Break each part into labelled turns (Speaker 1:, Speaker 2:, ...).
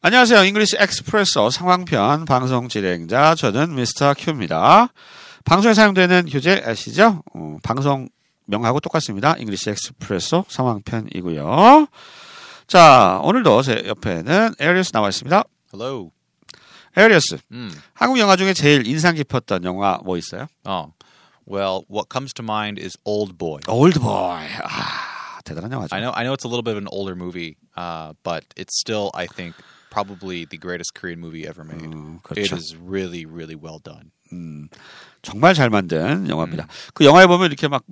Speaker 1: 안녕하세요. 잉글리시 엑스프레소 상황편 방송 진행자 저는 미스터 큐입니다. 방송에 사용되는 교재 아시죠? 어, 방송 명하고 똑같습니다. 잉글리시 엑스프레소 상황편이고요. 자, 오늘도 제 옆에는 에리어스 나와 있습니다.
Speaker 2: Hello.
Speaker 1: 에리어스,
Speaker 2: Mm.
Speaker 1: 한국 영화 중에 제일 인상 깊었던 영화 뭐 있어요?
Speaker 2: Oh. Well, what comes to mind is Old Boy.
Speaker 1: 올드보이. 아, 대단한 영화죠.
Speaker 2: I know I know it's a little bit of an older movie, uh, but it's still I think probably the greatest Korean movie ever made.
Speaker 1: 음,
Speaker 2: It
Speaker 1: 그렇죠.
Speaker 2: is really really well done.
Speaker 1: 정말 잘 만든 영화입니다.
Speaker 2: 음.
Speaker 1: 그 영화에 보면 이렇게 막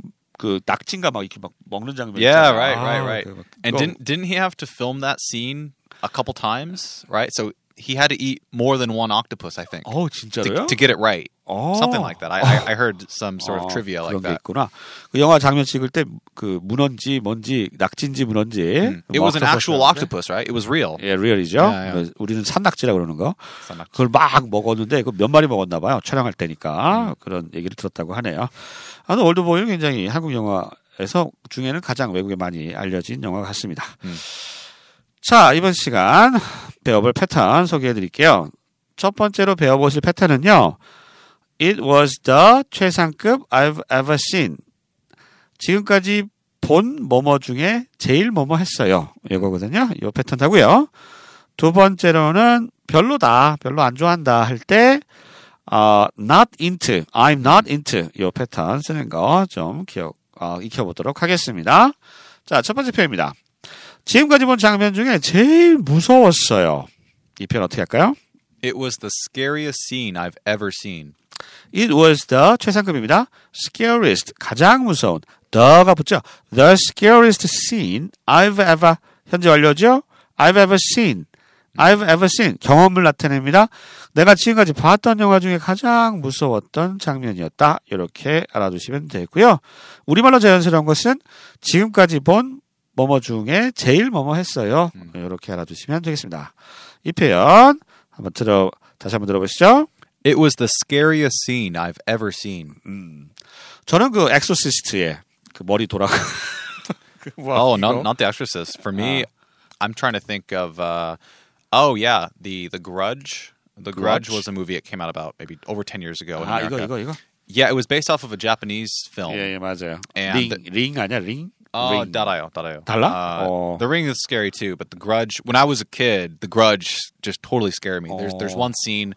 Speaker 1: 그 낙지인가 막 이렇게 막 먹는 장면. 있잖아요. 아, 그 막- 그거-
Speaker 2: And didn't didn't he have to film that scene a couple times, right? So he had to eat more than one octopus, I think.
Speaker 1: 어 진짜로요?
Speaker 2: To, to get it right,
Speaker 1: 어.
Speaker 2: something like that. I, I, I heard some sort
Speaker 1: 어,
Speaker 2: of trivia like
Speaker 1: 그런 게
Speaker 2: that.
Speaker 1: 있구나. 그 영화 장면 찍을 때 그 문어인지 뭔지 낙지인지 문어인지.
Speaker 2: Mm. 음. It was an actual
Speaker 1: 먹었었는데.
Speaker 2: octopus, right? It was real.
Speaker 1: 예, 리얼이죠.
Speaker 2: 야, 야.
Speaker 1: 그 우리는 산낙지라 그러는 거.
Speaker 2: Some-
Speaker 1: 그걸 막 먹었는데 그 몇 마리 먹었나 봐요. 촬영할 때니까 그런 얘기를 들었다고 하네요. 아, 월드보이는 굉장히 한국 영화에서 중에는 가장 외국에 많이 알려진 영화 같습니다.
Speaker 2: 음.
Speaker 1: 자, 이번 시간 배워볼 패턴 소개해 드릴게요. 첫 번째로 배워보실 패턴은요. It was the 최상급 I've ever seen. 지금까지 본 뭐뭐 중에 제일 뭐뭐 했어요. 이거거든요. 이 패턴 타고요. 두 번째로는 별로다, 별로 안 좋아한다 할 때 아, not into, I'm not into 이 패턴 쓰는 거 좀 기억 아, 익혀보도록 하겠습니다. 자, 첫 번째 표현입니다. 지금까지 본 장면 중에 제일 무서웠어요. 이 표현 어떻게 할까요?
Speaker 2: It was the scariest scene I've ever seen.
Speaker 1: It was the 최상급입니다. Scariest 가장 무서운 the가 붙죠. The scariest scene I've ever 현재 완료죠. I've ever seen. I've ever seen 경험을 나타냅니다. 내가 지금까지 봤던 영화 중에 가장 무서웠던 장면이었다. 이렇게 알아두시면 되고요. 우리말로 자연스러운 것은 지금까지 본 뭐뭐 중에 제일 뭐뭐 했어요. 이렇게 알아두시면 되겠습니다. 이 표현 한번 들어 다시 한번 들어보시죠.
Speaker 2: It was the scariest scene I've ever seen.
Speaker 1: 저는 그 엑소시스트의 그 머리 돌아가. 그 뭐야, 이거?
Speaker 2: oh, not not The Exorcist. For me,
Speaker 1: Ah.
Speaker 2: I'm trying to think of. Uh, oh yeah, the the Grudge. The
Speaker 1: Grudge?
Speaker 2: Grudge.
Speaker 1: Ah,
Speaker 2: was a movie it came out about maybe over ten years ago. In
Speaker 1: 아 이거
Speaker 2: America.
Speaker 1: 이거 이거.
Speaker 2: Yeah, it was based off of a Japanese film.
Speaker 1: 예, 예 맞아요.
Speaker 2: And
Speaker 1: 링, 링 아니야 링.
Speaker 2: Oh,
Speaker 1: 링.
Speaker 2: Darayo, Darayo.
Speaker 1: Dara?
Speaker 2: Uh,
Speaker 1: Oh.
Speaker 2: The Ring is scary too, but The Grudge. When I was a kid, The Grudge just totally scared me. There's there's
Speaker 1: Oh.
Speaker 2: one scene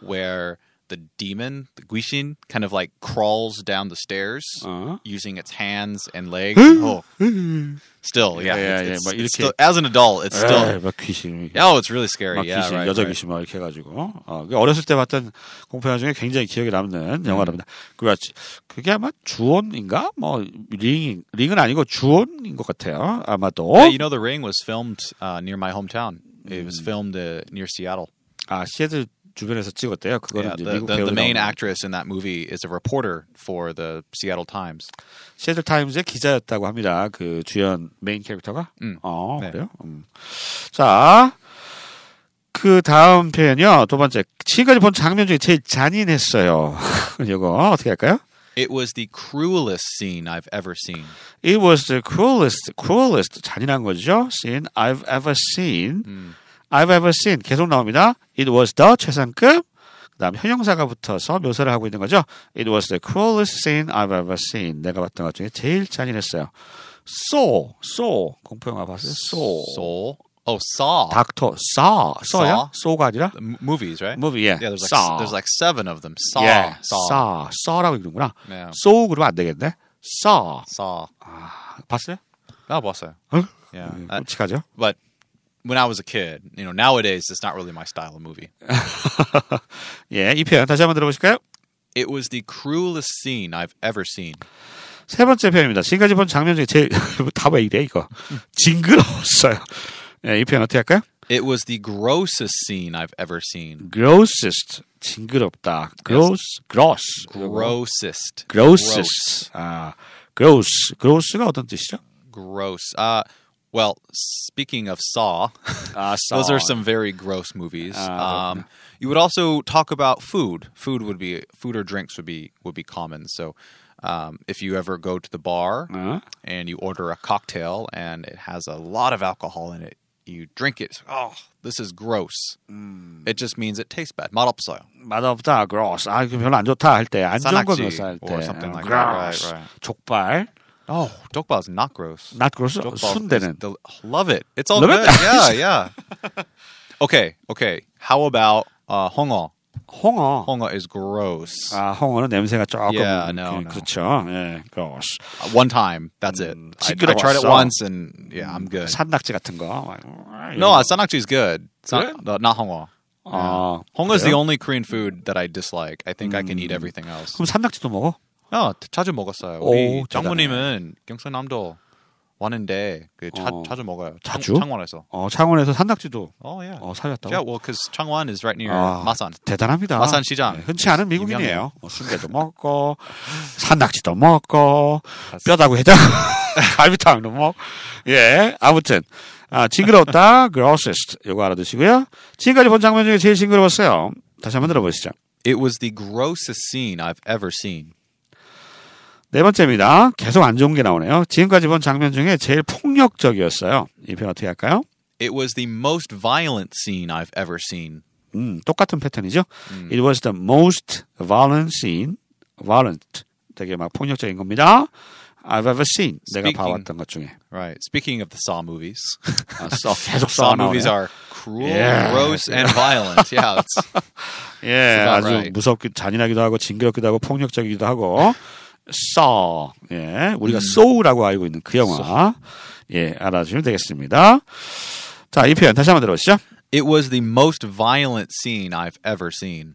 Speaker 2: where the demon, the Guishin, kind of like crawls down the stairs
Speaker 1: Uh-huh.
Speaker 2: using its hands and legs. oh.
Speaker 1: 음.
Speaker 2: Still,
Speaker 1: Yeah,
Speaker 2: yeah, it's-
Speaker 1: yeah,
Speaker 2: it's-
Speaker 1: but
Speaker 2: it's
Speaker 1: you
Speaker 2: still- as an adult, it's
Speaker 1: 에이,
Speaker 2: still
Speaker 1: 막 귀신.
Speaker 2: oh, it's really scary.
Speaker 1: 막
Speaker 2: Yeah,
Speaker 1: 귀신,
Speaker 2: right,
Speaker 1: 여자
Speaker 2: right.
Speaker 1: 귀신 막 이렇게 해가지고 어, 그 어렸을 때 봤던 공포 영화 중에 굉장히 기억에 남는 영화랍니다. 그렇지. 그게 아마 주온인가? 뭐 링, 링은 아니고 주온인 것 같아요. 아마도
Speaker 2: Yeah, you know, The Ring was filmed uh, near my hometown.
Speaker 1: Hmm.
Speaker 2: It was filmed uh, near Seattle.
Speaker 1: 아 시애틀 주변에서 찍었대요. 그거는
Speaker 2: Yeah,
Speaker 1: 이제
Speaker 2: the,
Speaker 1: 미국
Speaker 2: the,
Speaker 1: 배우
Speaker 2: the main
Speaker 1: 나오는
Speaker 2: actress in that movie is a reporter for the Seattle Times.
Speaker 1: 시애틀 타임즈의 기자였다고 합니다. 그 주연 메인 캐릭터가.
Speaker 2: 음.
Speaker 1: 어,
Speaker 2: 네.
Speaker 1: 그래요? 음. 자. 그 다음 표현이요. 두 번째. 지금까지 본 장면 중에 제일 잔인했어요. 이거 어떻게 할까요?
Speaker 2: It was the cruelest scene I've ever seen.
Speaker 1: It was the cruelest, cruelest 잔인한 거죠. Scene I've ever seen.
Speaker 2: 음.
Speaker 1: I've ever seen 계속 나옵니다. It was the 최상급. 그다음 형용사가 붙어서 묘사를 하고 있는 거죠. It was the cruelest scene I've ever seen. 내가 봤던 것 중에 제일 잔인했어요. Saw, saw 공포 영화 봤어요. Saw.
Speaker 2: Soul. Oh, Saw.
Speaker 1: 닥터 saw, saw야?
Speaker 2: Saw?
Speaker 1: saw가 아니라
Speaker 2: M- movies, right?
Speaker 1: movie. 예.
Speaker 2: yeah, there's like
Speaker 1: saw.
Speaker 2: there's like seven of them. Saw.
Speaker 1: 예. saw,
Speaker 2: Saw. 네,
Speaker 1: saw라고 읽는구나.
Speaker 2: Yeah.
Speaker 1: saw 그러면 안 되겠네. saw.
Speaker 2: Saw.
Speaker 1: 봤어요?
Speaker 2: Oh, bossa.
Speaker 1: Huh? Mm-hmm.
Speaker 2: Yeah.
Speaker 1: 음,
Speaker 2: Uh,
Speaker 1: 끔찍하죠.
Speaker 2: but when I was a kid, you know, nowadays it's not really my style of movie.
Speaker 1: 예, 이 표현 다시 한번 들어보실까요?
Speaker 2: It was the cruelest scene I've ever seen.
Speaker 1: 세 번째 표현입니다. 지금까지 본 장면 중에 제일 다 왜 이래 이거 징그러웠어요. 예, 이 표현 어떻게 할까요?
Speaker 2: It was the grossest scene I've ever seen.
Speaker 1: grossest 징그럽다. gross, gross,
Speaker 2: Grossest.
Speaker 1: grossest. 아, gross, gross가 어떤 뜻이죠?
Speaker 2: Gross. Gross. Uh, well, speaking of Saw,
Speaker 1: 아,
Speaker 2: Those are some very gross movies.
Speaker 1: Oh.
Speaker 2: um, you would also talk about food. Food would be food or drinks would be would be common. So um, if you ever go to the bar
Speaker 1: 어?
Speaker 2: and you order a cocktail and it has a lot of alcohol in it, you drink it. It's like, oh, this is gross.
Speaker 1: Mm.
Speaker 2: It just means it tastes bad. 맛없어요.
Speaker 1: 맛없다, gross. 아, 이거 별로 안 좋다 할 때, 안 좋은 거
Speaker 2: 산낙지
Speaker 1: 묘사할 때.
Speaker 2: or something
Speaker 1: 어,
Speaker 2: like that.
Speaker 1: gross.
Speaker 2: Right, right.
Speaker 1: 족발.
Speaker 2: Oh, dokbal is not gross.
Speaker 1: Not gross.
Speaker 2: Dokbal
Speaker 1: 순대는.
Speaker 2: is del- love it. It's all
Speaker 1: Love it?
Speaker 2: good. Yeah, yeah. Okay, okay. How about uh, hongo?
Speaker 1: 홍어.
Speaker 2: Hongo is gross.
Speaker 1: 아, 홍어는 냄새가 조금
Speaker 2: Yeah, no,
Speaker 1: 그-
Speaker 2: no.
Speaker 1: 그렇죠. 예, gross.
Speaker 2: Uh, One time, that's it.
Speaker 1: Mm,
Speaker 2: I, I tried it
Speaker 1: 시끄러웠어.
Speaker 2: once, and yeah, I'm good.
Speaker 1: 산낙지 같은 거.
Speaker 2: No, uh, sanakji is good. It's
Speaker 1: Good?
Speaker 2: not, no, not hongo.
Speaker 1: 아,
Speaker 2: Hongo is the
Speaker 1: 그래요?
Speaker 2: only Korean food that I dislike. I think I can
Speaker 1: Mm.
Speaker 2: eat everything else.
Speaker 1: 그럼 산낙지도 먹어?
Speaker 2: 어, 자주 먹었어요.
Speaker 1: 오,
Speaker 2: 우리
Speaker 1: Oh, 대단해.
Speaker 2: 장모님은 경상남도 왔는데 그 자,
Speaker 1: 어.
Speaker 2: 자주 먹어요.
Speaker 1: 자주?
Speaker 2: 창, 창원에서.
Speaker 1: 어, 창원에서 산낙지도
Speaker 2: Oh yeah.
Speaker 1: 어, 사셨다고?
Speaker 2: Yeah, well, because Changwon is right near
Speaker 1: 아,
Speaker 2: Masan.
Speaker 1: 대단합니다.
Speaker 2: 마산 시장.
Speaker 1: 네, 흔치 않은 미국인이에요.
Speaker 2: 유명해요.
Speaker 1: 뭐 순대도 먹고 산낙지도 먹고 뼈다구 해장 갈비탕도 먹. 예, 아무튼 아, 징그러웠다. grossest 요거 알아두시고요. 지금까지 본 장면 중에 제일 징그러웠어요. 다시 한번 들어보시죠.
Speaker 2: It was the grossest scene I've ever seen.
Speaker 1: 네 번째입니다. 계속 안 좋은 게 나오네요. 지금까지 본 장면 중에 제일 폭력적이었어요. 이 표현 어떻게 할까요?
Speaker 2: It was the most violent scene I've ever seen.
Speaker 1: 음, 똑같은 패턴이죠.
Speaker 2: 음.
Speaker 1: It was the most violent scene. violent. 되게 막 폭력적인 겁니다. I've ever seen.
Speaker 2: Speaking.
Speaker 1: 내가 봐왔던 것 중에.
Speaker 2: Right. Speaking of the Saw movies,
Speaker 1: 아, 써, 계속 써
Speaker 2: Saw movies
Speaker 1: 나오네요.
Speaker 2: are cruel,
Speaker 1: Yeah.
Speaker 2: gross, and violent. Yeah, it's,
Speaker 1: 예,
Speaker 2: about
Speaker 1: 아주
Speaker 2: right.
Speaker 1: 무섭기, 잔인하기도 하고, 징그럽기도 하고, 폭력적이기도 하고. Saw. 예, 우리가
Speaker 2: 음.
Speaker 1: Saw라고 알고 있는 그 영화. 예, 알아주시면 되겠습니다. 자, 이 표현 다시 한번 들어보시죠.
Speaker 2: it was the most violent scene I've ever seen.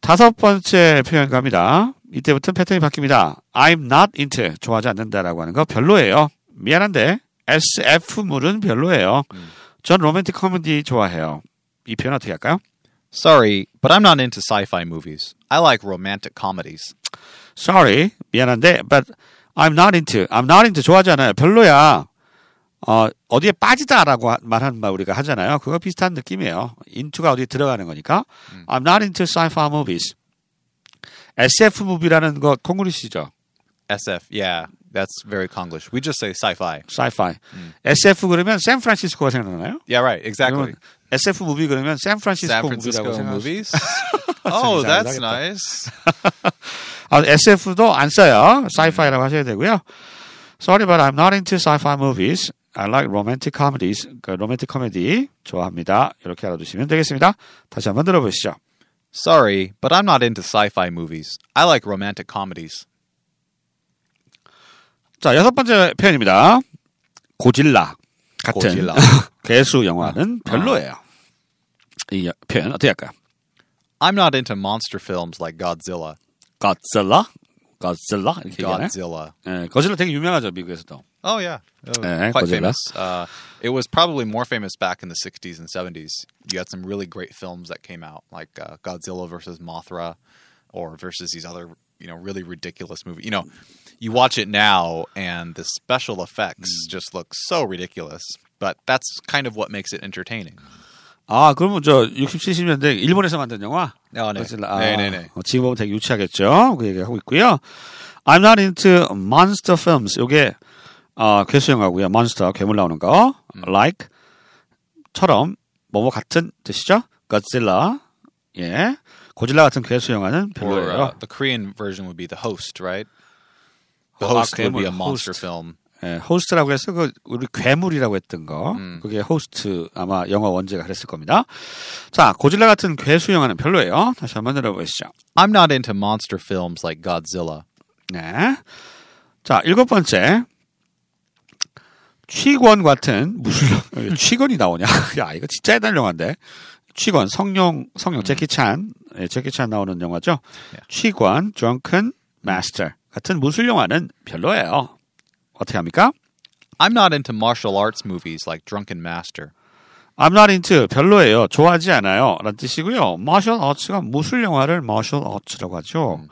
Speaker 1: 다섯 번째 표현 갑니다. 이때부터 패턴이 바뀝니다. I'm not into 좋아하지 않는다라고 하는 거 별로예요. 미안한데 SF물은 별로예요. 전 로맨틱 코미디 좋아해요. 이 표현 어떻게 할까요?
Speaker 2: Sorry, but I'm not into sci-fi movies. I like romantic comedies.
Speaker 1: Sorry, 미안한데 but I'm not into. I'm not into 좋아하지 않아요. 별로야. 어, 어디에 빠지다라고 하- 말하는 말 우리가 하잖아요. 그거 비슷한 느낌이에요. into가 어디 들어가는 거니까. I'm not into sci-fi movies. SF 무비라는 거 콩그리시죠?
Speaker 2: SF, yeah, that's very Konglish. We just say sci-fi.
Speaker 1: sci-fi. SF 그러면 샌프란시스코가 생각나나요?
Speaker 2: Yeah, right, 음.
Speaker 1: 그러면
Speaker 2: exactly.
Speaker 1: SF 무비 그러면 샌프란시스코
Speaker 2: San
Speaker 1: 무비라고
Speaker 2: Francisco
Speaker 1: 생각.
Speaker 2: movies. oh, that's
Speaker 1: Sounds
Speaker 2: nice.
Speaker 1: 아, SF도 안 써요.
Speaker 2: 음.
Speaker 1: sci-fi라고 하셔야 되고요. Sorry, but I'm not into sci-fi movies. I like romantic comedies. 그 로맨틱 코미디 좋아합니다. 이렇게 알아두시면 되겠습니다. 다시 한번 들어보시죠.
Speaker 2: Sorry, but I'm not into sci-fi movies. I like romantic comedies.
Speaker 1: 자, 여섯 번째 표현입니다. 고질라 같은
Speaker 2: 고질라. 아.
Speaker 1: 괴수 영화는 별로예요. 이 표현 어떻게 할까요?
Speaker 2: I'm not into monster films like Godzilla.
Speaker 1: Godzilla, Godzilla 이렇게 얘기하나요?
Speaker 2: Godzilla.
Speaker 1: 예, 거질라 되게 유명하죠 미국에서도.
Speaker 2: Oh yeah, Oh,
Speaker 1: Eh,
Speaker 2: quite
Speaker 1: Godzilla.
Speaker 2: famous. Uh, it was probably more famous back in the '60s and '70s. You had some really great films that came out, like uh, Godzilla versus Mothra, or versus these other, you know, really ridiculous movies. You know, you watch it now, and the special effects
Speaker 1: Mm.
Speaker 2: just look so ridiculous. But that's kind of what makes it entertaining.
Speaker 1: 아 그러면 저 60, 70년대 일본에서 만든 영화.
Speaker 2: 어, 네.
Speaker 1: 거질라.
Speaker 2: 네, 네, 네.
Speaker 1: 어, 지금 보면 되게 유치하겠죠. 그 얘기하고 있고요. I'm not into monster films. 이게 어, 괴수 영화고요. Monster 괴물 나오는 거. Like 처럼 뭐뭐 같은 뜻이죠. Godzilla 예 고질라 같은 괴수 영화는
Speaker 2: Or uh,
Speaker 1: 별로예요.
Speaker 2: the Korean version would be The Host, right? The
Speaker 1: Oh,
Speaker 2: Host
Speaker 1: okay,
Speaker 2: would be
Speaker 1: well,
Speaker 2: a monster
Speaker 1: Host.
Speaker 2: film.
Speaker 1: 예, 호스트라고 해서 그 우리 괴물이라고 했던 거 그게 호스트 아마 영어 원제가 그랬을 겁니다. 자 고질라 같은 괴수 영화는 별로예요. 다시 한번 들어보시죠.
Speaker 2: I'm not into monster films like Godzilla.
Speaker 1: 네. 자 일곱 번째 취권 같은 무슨 여- 취권이 나오냐? 야 이거 진짜 해달 영화인데 취권 성룡 성룡 제키찬 예, 제키찬 나오는 영화죠. 취권 drunken master 같은 무술 영화는 별로예요. 어떻게 합니까?
Speaker 2: I'm not into martial arts movies like Drunken Master.
Speaker 1: I'm not into 별로예요. 좋아하지 않아요. 라는 뜻이고요. Martial arts가 무술 영화를 martial arts라고 하죠.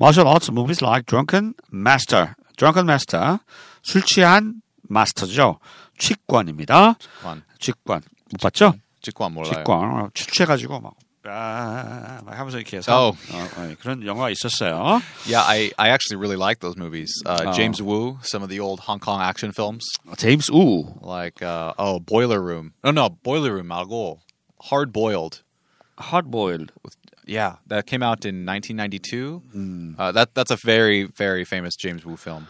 Speaker 1: Martial arts movies like Drunken Master. Drunken Master. 술 취한 마스터죠. 취권입니다.
Speaker 2: Come on.
Speaker 1: 취권. 못 봤죠?
Speaker 2: 직관 몰라요.
Speaker 1: 취권. 어, 취취해가지고 막 아, 막 하면서 이렇게 해서
Speaker 2: 어.
Speaker 1: 어, 네, 그런 영화 있었어요.
Speaker 2: Yeah, I, I actually really like those movies. Uh,
Speaker 1: Oh.
Speaker 2: James Woo, some of the old Hong Kong action films,
Speaker 1: 제임스 우.
Speaker 2: like uh, oh Boiler Room. No, no Boiler Room. 말고 Hard Boiled.
Speaker 1: Hard boiled.
Speaker 2: Yeah, that came out in 1992. Uh, that that's a very very famous James Woo film.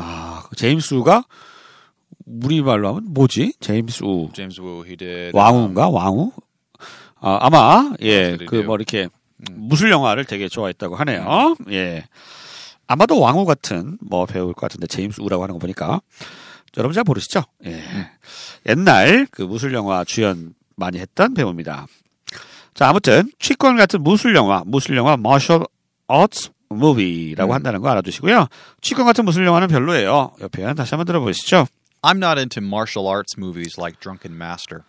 Speaker 1: 아, 그 제임스 우가 우리말로 하면 뭐지? 제임스 우.
Speaker 2: James Woo, he did.
Speaker 1: 왕우인가? 왕우? 아, 아마 예,
Speaker 2: 그래요.
Speaker 1: 그 뭐 이렇게 무술 영화를 되게 좋아했다고 하네요. 예. 아마도 왕우 같은 뭐 배우일 것 같은데 제임스 우라고 하는 거 보니까 여러분 잘 모르시죠? 예. 옛날 그 무술 영화 주연 많이 했던 배우입니다. 자, 아무튼 취권 같은 무술 영화, 무술 영화 martial arts movie라고 한다는 거 알아두시고요. 취권 같은 무술 영화는 별로예요. 옆에 다시 한번 들어보시죠.
Speaker 2: I'm not into martial arts movies like Drunken Master.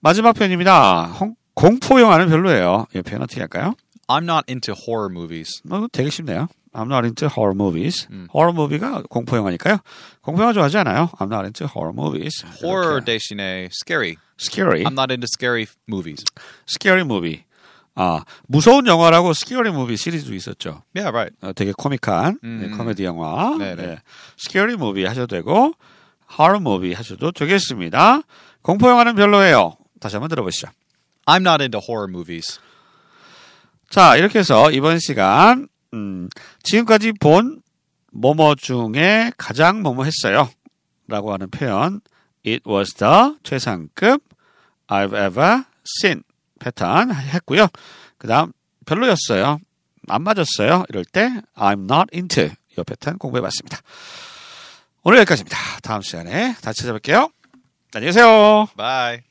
Speaker 1: 마지막 편입니다. 홍- 공포 영화는 별로예요. 이 표현 어떻게 할까요?
Speaker 2: I'm not into horror movies.
Speaker 1: 어, 되게 쉽네요. I'm not into horror movies.
Speaker 2: 음.
Speaker 1: horror movie가 공포 영화니까요. 공포 영화 좋아하지 않아요. I'm not into horror movies.
Speaker 2: 아, Horror 아.
Speaker 1: 이렇게.
Speaker 2: 대신에 scary.
Speaker 1: scary,
Speaker 2: I'm not into scary f- movies.
Speaker 1: scary movie. 아 무서운 영화라고 scary movie 시리즈도 있었죠.
Speaker 2: Yeah, right.
Speaker 1: 어, 되게 코믹한
Speaker 2: 음.
Speaker 1: 네, 코미디 영화.
Speaker 2: 네네.
Speaker 1: 네. scary movie 하셔도 되고 horror movie 하셔도 되겠습니다. 공포 영화는 별로예요. 다시 한번 들어보시죠.
Speaker 2: I'm not into horror movies.
Speaker 1: 자, 이렇게 해서 이번 시간, 음, 지금까지 본 뭐뭐 중에 가장 뭐뭐 했어요. 라고 하는 표현. It was the 최상급 I've ever seen 패턴 했고요. 그 다음, 별로였어요. 안 맞았어요. 이럴 때, I'm not into 이 패턴 공부해 봤습니다. 오늘 여기까지입니다. 다음 시간에 다시 찾아뵐게요. 안녕히 계세요.
Speaker 2: Bye.